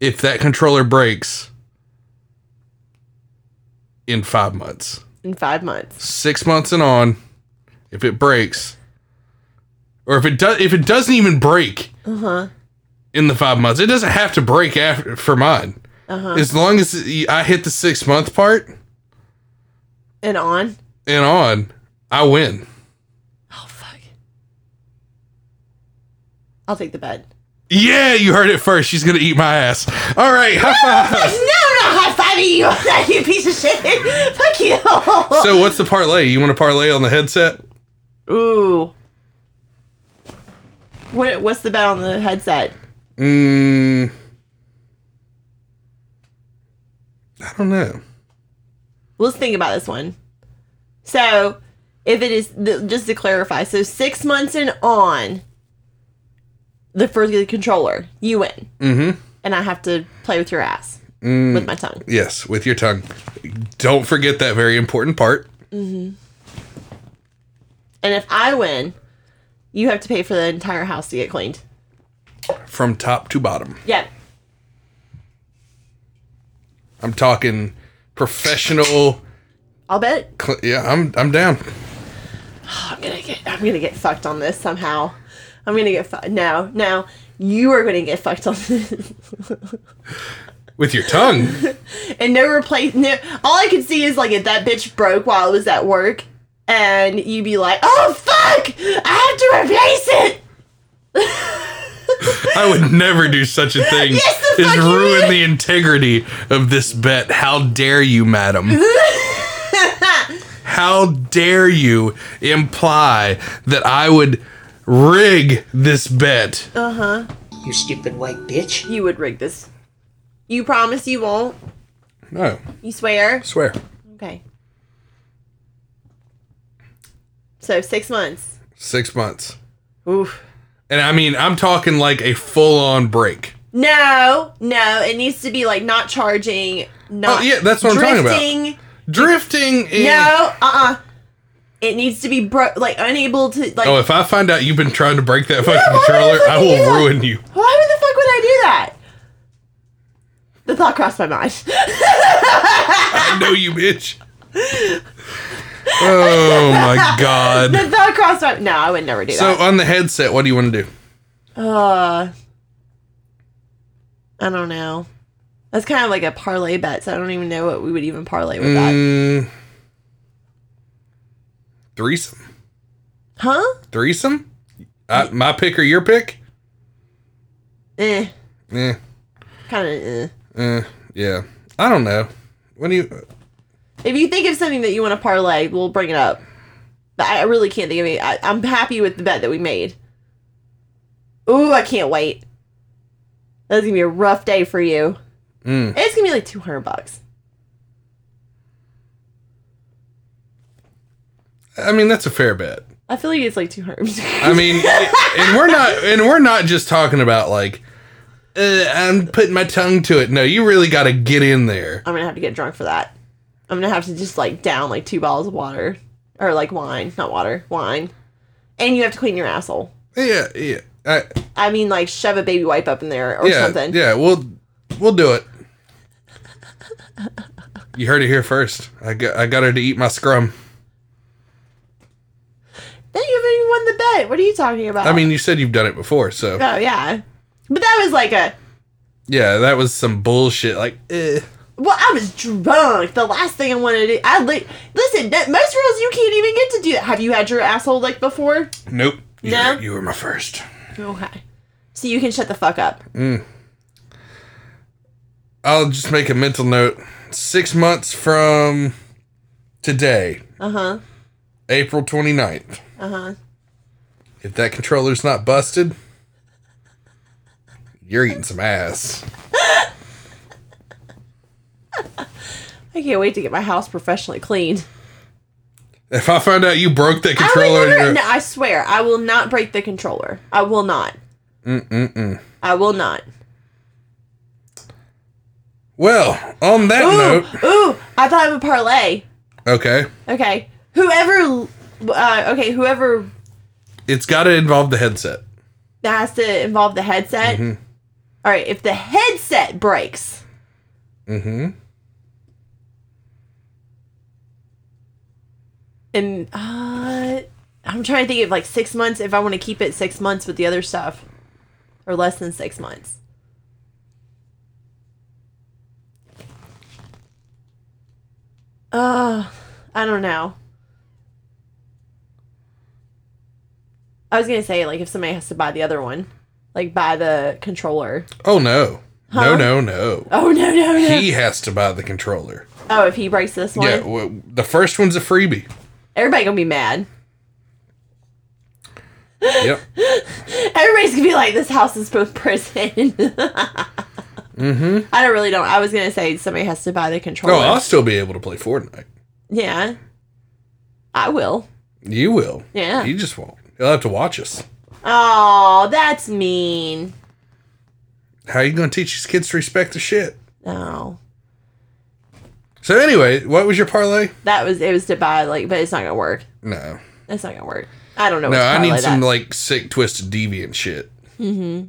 A: If that controller breaks in 5 months.
B: [SIGHS] In five months.
A: 6 months and on, if it breaks or if it does if it doesn't even break
B: Uh huh.
A: in the 5 months, it doesn't have to break after for mine.
B: Uh
A: As
B: huh.
A: long as I hit the 6 month part
B: And on.
A: and on, I win.
B: I'll take the bed.
A: Yeah, you heard it first. She's gonna eat my ass. All right, high
B: No,
A: five.
B: I'm not high fiving you, [LAUGHS] you piece of shit. Fuck you.
A: So, what's the parlay? You want to parlay on the headset?
B: Ooh. What? What's the bet on the headset?
A: Mm, I don't know.
B: let's think about this one. So, if it is th- just to clarify, so six months and on, the for the controller, you win,
A: Mm-hmm.
B: and I have to play with your ass
A: Mm.
B: with my tongue.
A: Yes, with your tongue. Don't forget that very important part.
B: Mm-hmm. And if I win, you have to pay for the entire house to get cleaned.
A: From top to bottom.
B: Yeah.
A: I'm talking professional.
B: I'll bet.
A: Cl- yeah, I'm I'm down.
B: I'm gonna get. I'm gonna get fucked on this somehow. I'm gonna get fucked. No, no. You are gonna get fucked on this.
A: With your tongue.
B: and no replace no all i could see is like if that bitch broke while i was at work and you'd be like oh fuck i have to replace it
A: I would never do such a thing.
B: [LAUGHS] Yes, the
A: is
B: fuck you
A: ruin the integrity of this bet. How dare you,
B: [LAUGHS]
A: madam? How dare you imply that I would rig this bet?
B: uh-huh
J: You stupid white bitch.
B: you would rig this you promise you won't
A: No,
B: you swear
A: Oh, I swear.
B: okay so six months
A: Six months.
B: Oof.
A: And I mean, I'm talking like a full on break.
B: no no it needs to be like not charging not
A: Oh, yeah, that's what I'm talking about.
B: drifting.
A: Drifting in.
B: no uh-uh it needs to be bro like unable to like
A: oh, if I find out you've been trying to break
B: [LAUGHS]
A: that fucking
B: why would
A: controller, I
B: I fucking do
A: will
B: that?
A: ruin you.
B: Why would the fuck would I do that? The thought crossed my mind. [LAUGHS]
A: I know you, bitch. Oh my god.
B: the thought crossed my No, I would never do
A: So
B: that.
A: on the headset, what do you want to do?
B: Uh, I don't know. That's kind of like a parlay bet, so I don't even know what we would even parlay with that.
A: Mm, threesome.
B: Huh?
A: Threesome. I, my pick or your pick?
B: Eh.
A: Eh,
B: Kind of eh.
A: eh, yeah. I don't know. What do you?
B: If you think of something that you want to parlay, we'll bring it up. But I really can't think of any. I, I'm happy with the bet that we made. Ooh, I can't wait. That's gonna be a rough day for you.
A: Mm.
B: It's gonna be like two hundred bucks.
A: I mean, that's a fair bet.
B: I feel like it's like two hundred. [LAUGHS]
A: I mean, it- and we're not, and we're not just talking about like, uh, I'm putting my tongue to it. No, you really got to get in there.
B: I'm gonna have to get drunk for that. I'm gonna have to just like down like two bottles of water or like wine, not water, wine, and you have to clean your asshole.
A: Yeah, yeah. I,
B: I mean, like shove a baby wipe up in there or
A: yeah,
B: something.
A: Yeah, we'll we'll do it. You heard it here first. I got I got her to eat my scrum.
B: Then you haven't even won the bet. What are you talking about?
A: I mean, you said you've done it before, so
B: oh yeah, but that was like a
A: yeah, that was some bullshit. Like, eh.
B: Well, I was drunk. The last thing I wanted to do, I li- listen. That, most girls, you can't even get to do that. Have you had your asshole licked before?
A: nope. You,
B: No?
A: you were my first.
B: Okay, so you can shut the fuck up.
A: Mm. I'll just make a mental note. Six months from today,
B: Uh huh.
A: April 29th,
B: Uh huh.
A: if that controller's not busted, you're eating some ass.
B: I can't wait to get my house professionally cleaned.
A: If I find out you broke that
B: I
A: controller,
B: would never.
A: you're-
B: No, I swear, I will not break the controller. I will not.
A: Mm-mm-mm.
B: I will not.
A: Well, on that note,
B: Ooh, I thought of a parlay.
A: okay,
B: Okay, whoever. Uh, okay, whoever
A: it's got to involve the headset.
B: that has to involve the headset.
A: Mhm.
B: All right, if the headset breaks.
A: Mm-hmm.
B: and uh, I'm trying to think of like six months if I want to keep it six months with the other stuff, or less than six months. Uh, I don't know. I was gonna say like if somebody has to buy the other one, like buy the controller.
A: Oh no,
B: Huh?
A: no, no, no.
B: Oh, no, no, no.
A: He has to buy the controller.
B: Oh, if he breaks this one,
A: Yeah, w the first one's a freebie.
B: everybody gonna be mad. [LAUGHS]
A: Yep.
B: Everybody's gonna be like, "This house is both prison." [LAUGHS]
A: mm-hmm. Oh,
B: I don't really don't. I was gonna say somebody has to buy the controller.
A: No, I'll still be able to play Fortnite.
B: yeah, I will.
A: You will.
B: Yeah.
A: You just won't. You'll have to watch us.
B: Oh, that's mean.
A: How you gonna teach these kids to respect the shit?
B: No,
A: So anyway, what was your parlay?
B: that was it was to buy like, but it's not gonna work.
A: No.
B: It's not gonna work. I don't know.
A: No,
B: what to
A: I
B: parlay
A: need some
B: that.
A: like sick twisted deviant shit.
B: Mhm.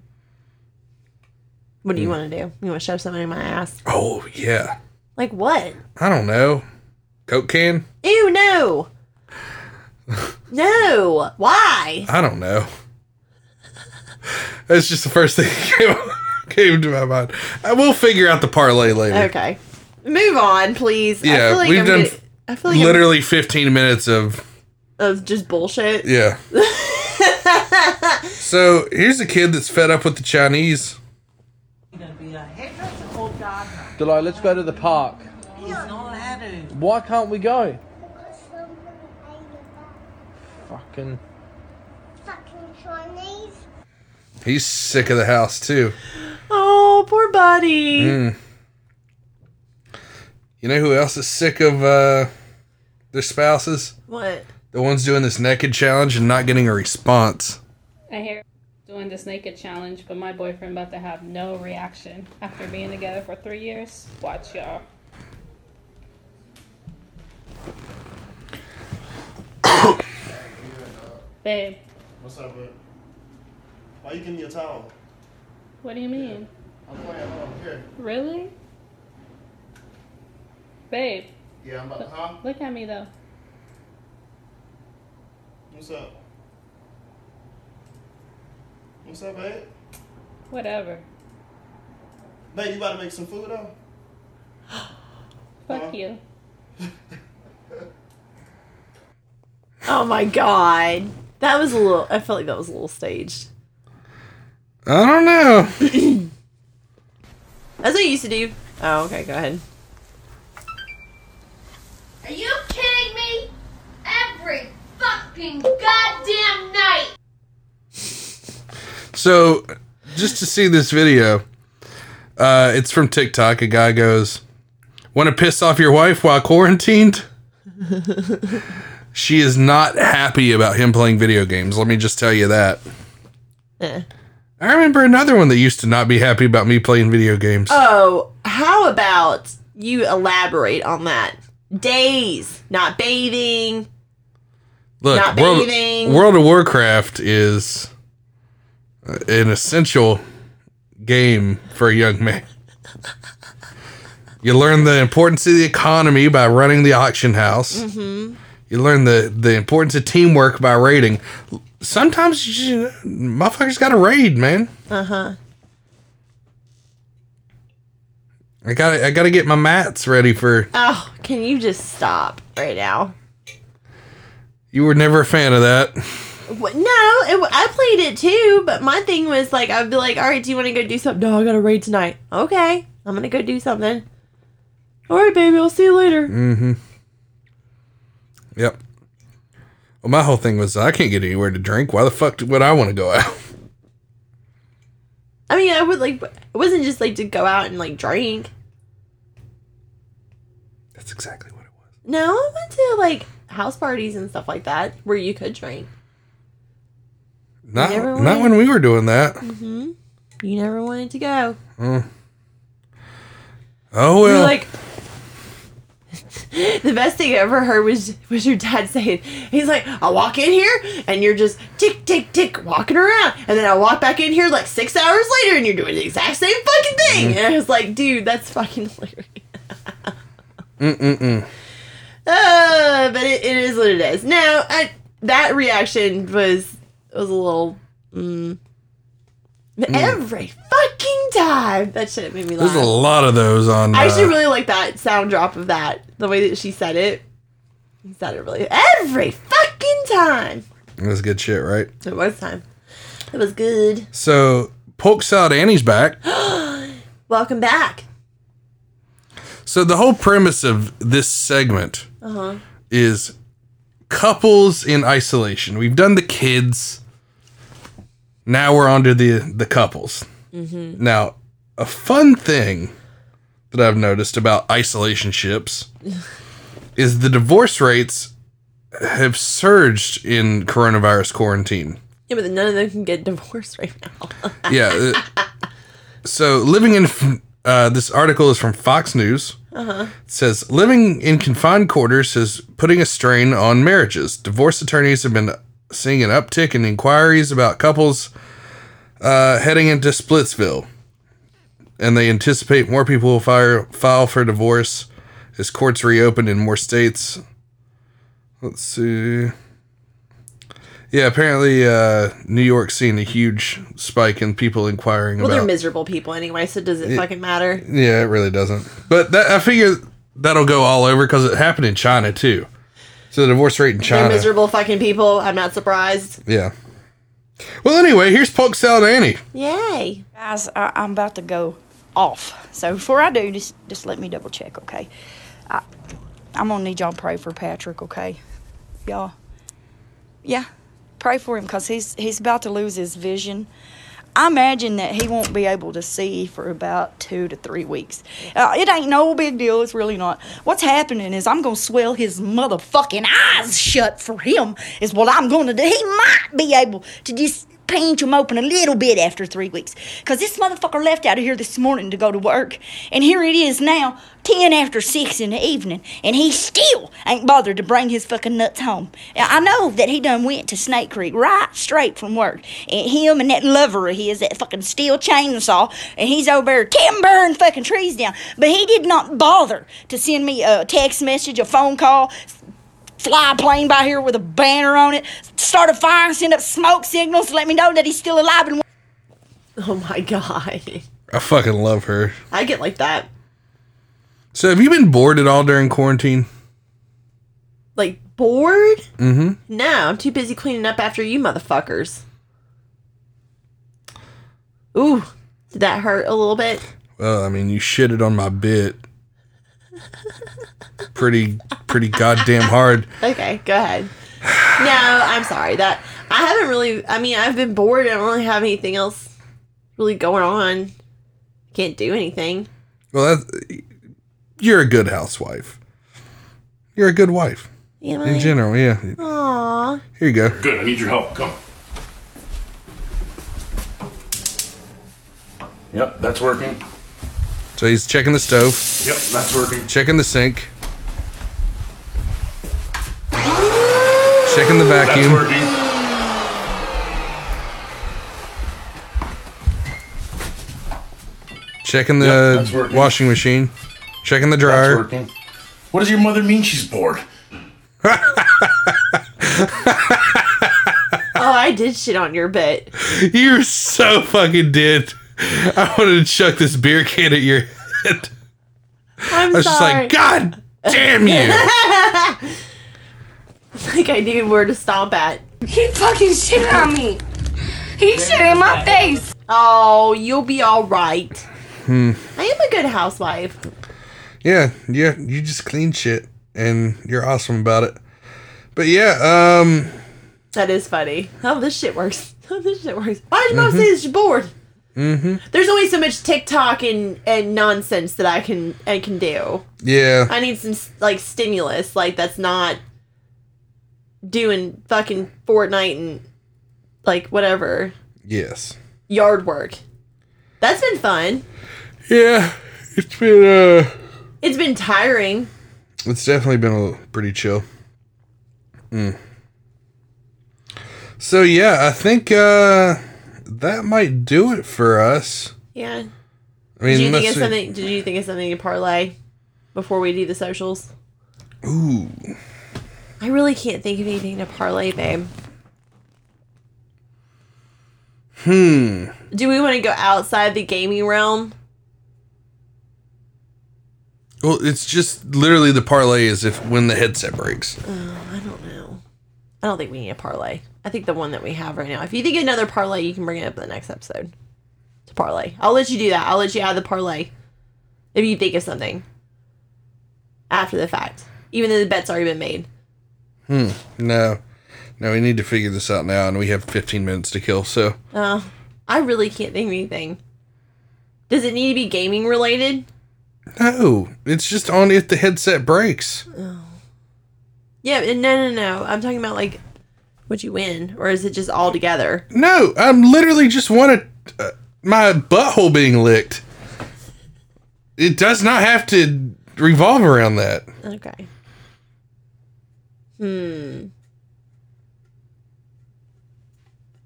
B: What do
A: mm.
B: you want to do? You want to shove something in my ass?
A: Oh yeah.
B: Like what?
A: I don't know. Coke can?
B: Ew,
A: [LAUGHS]
B: no. no. Why?
A: I don't know. [LAUGHS] That's just the first thing [LAUGHS] that came, came to my mind. I will figure out the parlay later.
B: Okay. Move on, please. I
A: Yeah,
B: feel like
A: we've
B: I'm
A: done
B: getting- I feel like I'm-
A: Literally 15 minutes of
B: of just bullshit.
A: yeah. so here's a kid that's fed up with the Chinese.
O: Delilah, let's go to the park. Why can't we go? Fucking.
A: He's sick of the house too.
B: Oh, poor buddy.
A: Mm. You know who else is sick of uh, their spouses?
B: What?
A: The ones doing this naked challenge and not getting a response.
P: I hear doing this naked challenge, but my boyfriend about to have no reaction after being together for three years. Watch y'all. Babe,
Q: What's up, bud? Why you give me a towel?
P: what do you mean?
Q: I'm playing home here.
P: Really? Babe,
Q: Yeah, I'm about to. Huh?
P: look at me though.
Q: What's up? What's up, babe?
P: Whatever.
Q: Babe, you about to make some food though?
P: Fuck you.
B: Oh my god. That was a little I felt like that was a little staged.
A: I don't know.
B: That's what you used to do. Oh, okay, go ahead.
R: Are you kidding me? Every fucking goddamn night!
A: So, just to see this video, uh, it's from TikTok. A guy goes, "Want to piss off your wife while quarantined?" She is not happy about him playing video games. Let me just tell you that.
B: Eh.
A: I remember another one that used to not be happy about me playing video games.
B: Oh, how about you elaborate on that? Days, not bathing,
A: Look,
B: Not
A: World,
B: bathing.
A: World of Warcraft is uh, an essential game for a young man. You learn the importance of the economy by running the auction house.
B: Mm-hmm.
A: You learn the, the importance of teamwork by raiding. Sometimes you, motherfuckers got to raid, man.
B: Uh huh.
A: I got to I got to get my mats ready for.
B: Oh, can you just stop right now?
A: You were never a fan of that.
B: What, no, it, wa- I played it too, but my thing was like I'd be like, all right, do you want to go do something? No, I got to raid tonight. Okay, I'm gonna go do something. All right, baby, I'll see you later.
A: Mm-hmm. Yep. Well, my whole thing was I can't get anywhere to drink. Why the fuck would I want to go out? [LAUGHS]
B: I mean, I would like. It wasn't just like to go out and like drink.
A: That's exactly what.
B: No, I went to like house parties and stuff like that where you could drink.
A: Not
B: Never
A: not
B: went.
A: when we were doing that.
B: hmm You never wanted to go.
A: Mm. Oh
B: You're
A: well.
B: like [LAUGHS] the best thing I ever heard was was your dad saying, he's like, I walk in here and you're just tick tick tick walking around, and then I walk back in here like six hours later and you're doing the exact same fucking thing.
A: Mhm.
B: And I was like, dude, that's fucking hilarious.
A: Mm-mm-mm.
B: [LAUGHS] Uh, but it, it is what it is. Now, I, that reaction was was a little. Mm, but
A: Mm.
B: Every fucking time that shit made me laugh.
A: There's a lot of those on.
B: I actually
A: uh,
B: really like that sound drop of that. The way that she said it. She said it really every fucking time.
A: That's good shit, right?
B: It was time. It was good.
A: So Polk Salad Annie's back.
B: Welcome back.
A: So the whole premise of this segment
B: Uh huh.
A: is couples in isolation. We've done the kids. Now we're onto the the couples.
B: Mm-hmm.
A: Now, a fun thing that I've noticed about isolation ships is the divorce rates have surged in coronavirus quarantine.
B: Yeah, but none of them can get [LAUGHS] divorced right now.
A: Yeah. uh, so, living in uh, this article is from Fox News.
B: Uh huh.
A: It says living in confined quarters is putting a strain on marriages. Divorce attorneys have been seeing an uptick in inquiries about couples uh, heading into Splitsville, and they anticipate more people will fire, file for divorce as courts reopen in more states. Let's see. Yeah, apparently uh, New York's seen a huge spike in people inquiring
B: Well,
A: about.
B: they're miserable people anyway, so does it
A: Yeah.
B: fucking matter?
A: Yeah, it really doesn't. But that I figure that'll go all over because it happened in China too. So the divorce rate in China.
B: They're miserable fucking people. I'm not surprised.
A: Yeah. Well, anyway, here's Polk Salad Annie.
B: Yay.
J: Guys, I, I'm about to go off. So before I do, just, just let me double check, okay? I, I'm going to need y'all to pray for Patrick, okay? Y'all, yeah, pray for him because he's, he's about to lose his vision. I imagine that he won't be able to see for about two to three weeks. Uh, it ain't no big deal. It's really not. What's happening is I'm going to swell his motherfucking eyes shut for him, is what I'm going to do. He might be able to just paint him open a little bit after three weeks. Because this motherfucker left out of here this morning to go to work. And here it is now, 10 after 6 in the evening. And he still ain't bothered to bring his fucking nuts home. Now, I know that he done went to Snake Creek right straight from work. And him and that lover of his, that fucking steel chainsaw, and he's over there timbering fucking trees down. But he did not bother to send me a text message, a phone call, fly a plane by here with a banner on it, start a fire, send up smoke signals to let me know that he's still alive and
B: Oh my [LAUGHS] god.
A: I fucking love her.
B: I get like that.
A: So have you been bored at all during quarantine?
B: Like bored?
A: Mm-hmm.
B: No, I'm too busy cleaning up after you motherfuckers. Ooh, did that hurt a little bit?
A: Well, I mean, you shitted on my bit. Pretty, pretty goddamn hard.
B: Okay, go ahead. [SIGHS] No, I'm sorry. That I haven't really I mean, I've been bored. I don't really have anything else really going on. Can't do anything.
A: Well, that's, you're a good housewife. You're a good wife.
B: Am
A: in
B: I?
A: general, yeah.
B: Aw.
A: Here you go.
D: Good, I need your help. Come. Yep, that's working.
A: So he's checking the stove.
D: Yep, that's working.
A: Checking the sink. Checking the
Q: That's
A: vacuum.
Q: working.
A: Checking
S: Yep,
A: the
S: that's working.
A: washing machine. Checking the
S: That's
A: dryer.
S: working. What does your mother mean she's bored?
B: Oh, I did shit on your butt.
A: [LAUGHS] You so fucking did. I wanted to chuck this beer can at your head.
B: I'm
A: I was just
B: sorry.
A: like, God damn you.
B: [LAUGHS] like I knew where to stomp at.
N: He fucking shit on me. He shit in my face.
B: Oh, you'll be all right.
A: Hmm.
B: I am a good housewife.
A: Yeah, yeah, you just clean shit and you're awesome about it. But yeah, um
B: That is funny. Oh, this shit works. [LAUGHS] Oh, this shit works. Why did you mom
A: Mm-hmm.
B: say this? She's bored.
A: mhm.
B: There's only so much TikTok and, and nonsense that I can I can do.
A: Yeah.
B: I need some like stimulus, like that's not doing fucking Fortnite and like whatever
A: yes.
B: yard work. That's been fun.
A: Yeah. It's been uh
B: It's been tiring.
A: it's definitely been a little, pretty chill. Mm. So yeah, I think uh that might do it for us.
B: Yeah.
A: I mean,
B: did you think
A: unless
B: of
A: we-
B: something? Did you think of something to parlay before we do the socials?
A: Ooh.
B: I really can't think of anything to parlay, babe.
A: Hmm.
B: Do we want to go outside the gaming realm?
A: Well, it's just literally the parlay is if when the headset breaks.
B: Oh, I don't know. I don't think we need a parlay. I think the one that we have right now. If you think of another parlay, you can bring it up in the next episode. To parlay, I'll let you do that. I'll let you add the parlay if you think of something after the fact, even though the bet's already been made.
A: Hmm. No. No, we need to figure this out now, and we have 15 minutes to kill. So,
B: Uh, I really can't think of anything. Does it need to be gaming related?
A: no, it's just on if the headset breaks.
B: Yeah, and no, no, no. I'm talking about like, would you win, or is it just all together?
A: No, I'm literally just wanted uh, my butthole being licked. It does not have to revolve around that.
B: Okay. Hmm.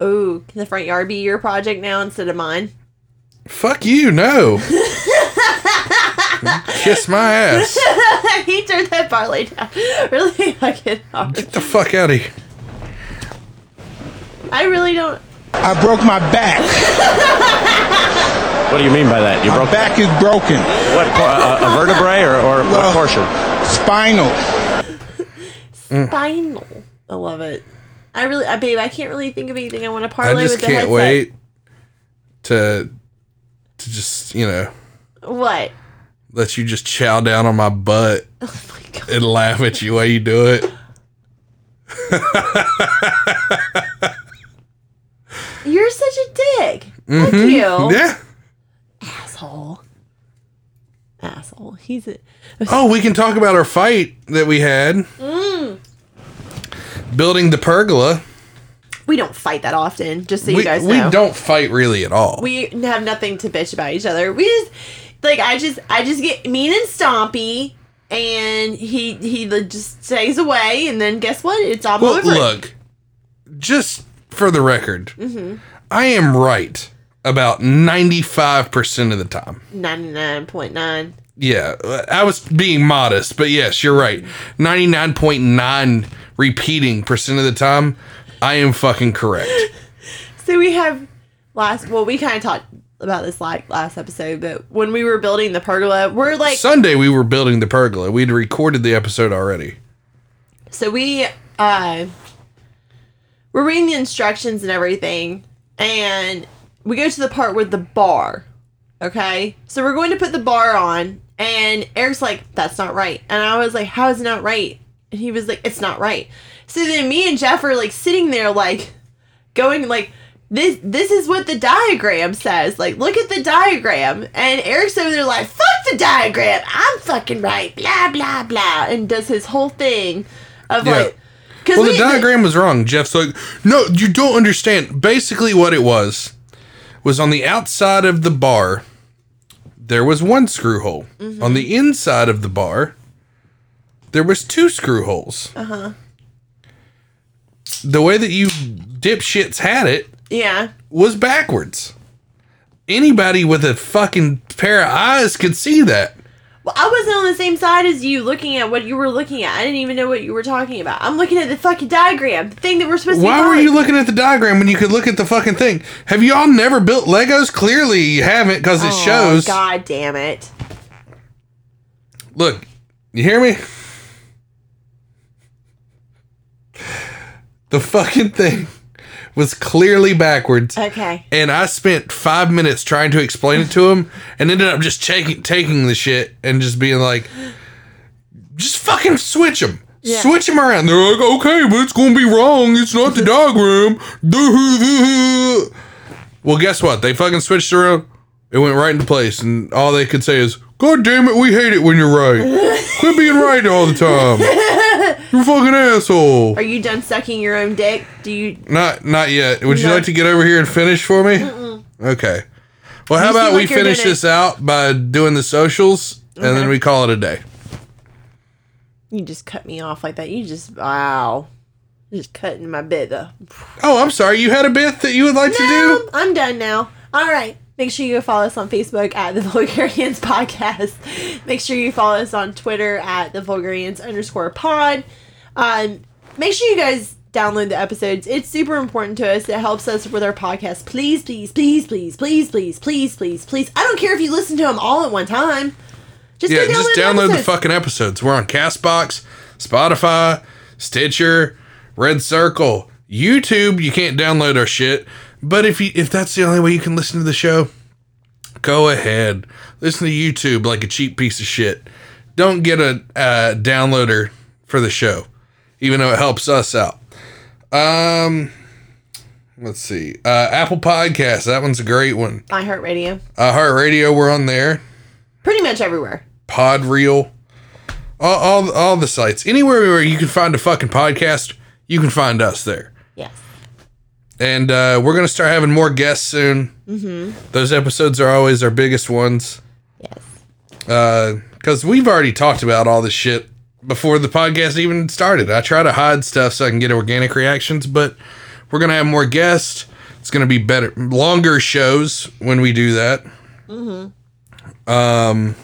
B: Ooh, can the front yard be your project now instead of mine? [LAUGHS]
A: Fuck you, no. Kiss my ass.
B: he turned that barley down [LAUGHS] really fucking hard.
A: Get the fuck out of here.
B: I really don't.
L: I broke my back.
K: What do you mean by that? You broke
L: back is broken.
K: What, por- a, a vertebrae or, or what portion?
L: Spinal.
A: Hmm.
B: Final. I love it. I really, I, babe, I can't really think of anything I want to
A: I
B: parlay
A: just
B: with the
A: can't
B: headset.
A: wait to to just you know
B: What? Oh
A: let you just chow down on my butt and laugh at you while you do it.
B: You're such a dick. Thank
A: Mhm.
B: you.
A: Yeah.
B: Asshole. Asshole. He's a.
A: Oh, we can talk about our fight that we had
B: Mm.
A: building the pergola.
B: We don't fight that often, just so
A: we,
B: you guys
A: we
B: know.
A: don't fight really at all.
B: We have nothing to bitch about each other. We just like I just I just get mean and stompy, and he he li- just stays away, and then guess what? It's all
A: well,
B: over.
A: look, just for the record,
B: hmm
A: I am right about 95% of the time.
B: Ninety nine point nine.
A: Yeah, I was being modest, but yes, you're right. 99.9 repeating percent of the time, I am fucking
B: [LAUGHS]
A: correct.
B: So we have last. Well, we kind of talked about this like last episode, but when we were building the pergola, we're like
A: Sunday we were building the pergola. We'd recorded the episode already.
B: So we uh we're reading the instructions and everything, and we go to the part with the bar. Okay? So we're going to put the bar on, and Eric's like, that's not right. And I was like, How is it not right? And he was like, It's not right. So then me and Jeff are like sitting there like going like this this is what the diagram says. Like, look at the diagram. And Eric's over there like, fuck the diagram. I'm fucking right. Blah blah blah. And does his whole thing of
A: Yeah.
B: like because
A: Well, the diagram was wrong. Jeff's like, no, you don't understand. Basically, what it was was on the outside of the bar, there was one screw hole. On the inside of the bar, there was two screw holes.
B: Uh huh.
A: the way that you dipshits had it
B: Yeah.
A: was backwards. Anybody with a fucking pair of eyes could see that.
B: Well, I wasn't on the same side as you looking at what you were looking at. I didn't even know what you were talking about. I'm looking at the fucking diagram, the thing that we're supposed to
A: Why
B: be
A: were
B: following.
A: you looking at the diagram when you could look at the fucking thing? Have y'all never built Legos? Clearly you haven't because it
B: Oh,
A: shows.
B: God damn it.
A: Look, you hear me? The fucking thing was clearly backwards.
B: Okay.
A: And I spent five minutes trying to explain it to him and ended up just taking taking the shit and just being like, just fucking switch them.
B: Yeah.
A: Switch them around. They're like, okay, but it's going to be wrong. It's not the diagram. [LAUGHS] well, guess what? They fucking switched around. It went right into place. And all they could say is, God damn it, we hate it when you're right. Quit being right all the time. You're a fucking asshole.
B: Are you done sucking your own dick? Do you?
A: Not not yet. Would you
B: No.
A: like to get over here and finish for me?
B: Mm-mm.
A: Okay. Well, how
B: You seem
A: about we
B: like you're
A: finish
B: gonna-
A: this out by doing the socials and then we call it a day?
B: You just cut me off like that. You just wow. You're just cutting my bit though.
A: Oh, I'm sorry. You had a bit that you would like to do?
B: Um, I'm done now. All right. Make sure you follow us on Facebook at the Vulgarians [LAUGHS] Podcast. Make sure you follow us on Twitter at the Vulgarians underscore pod. Um, make sure you guys download the episodes. It's super important to us. It helps us with our podcast. Please, please, please, please, please, please, please, please, please. I don't care if you listen to them all at one time. Just
A: yeah,
B: go download
A: just
B: the
A: download the
B: episodes.
A: fucking episodes. We're on Castbox, Spotify, Stitcher, Red Circle, YouTube. You can't download our shit, but if you if that's the only way you can listen to the show, go ahead. Listen to YouTube like a cheap piece of shit. Don't get a uh, downloader for the show, even though it helps us out. Um, let's see. Uh, Apple Podcasts. That one's a great one.
B: iHeartRadio.
A: Uh, Radio. We're on there.
B: Pretty much everywhere.
A: Podreel, all, all all the sites, anywhere where you can find a fucking podcast, you can find us there.
B: Yes.
A: And uh, we're gonna start having more guests soon.
B: Mm-hmm.
A: Those episodes are always our biggest ones. Yes. Because we've already talked about all this shit before the podcast even started. I try to hide stuff so I can get organic reactions, but we're gonna have more guests. It's gonna be better, longer shows when we do that.
B: Mm-hmm.
A: Um.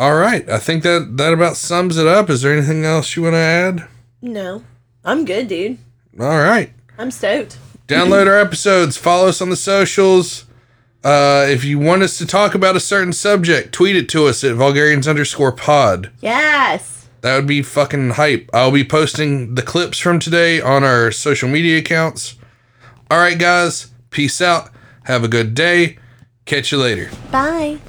A: All right, I think that that about sums it up. Is there anything else you want to add?
B: No. I'm good, dude.
A: All right,
B: I'm stoked.
A: download our episodes, follow us on the socials. Uh, if you want us to talk about a certain subject, tweet it to us at vulgarians underscore pod.
B: Yes.
A: That would be fucking hype. I'll be posting the clips from today on our social media accounts. All right, guys, peace out. Have a good day. Catch you later.
B: Bye.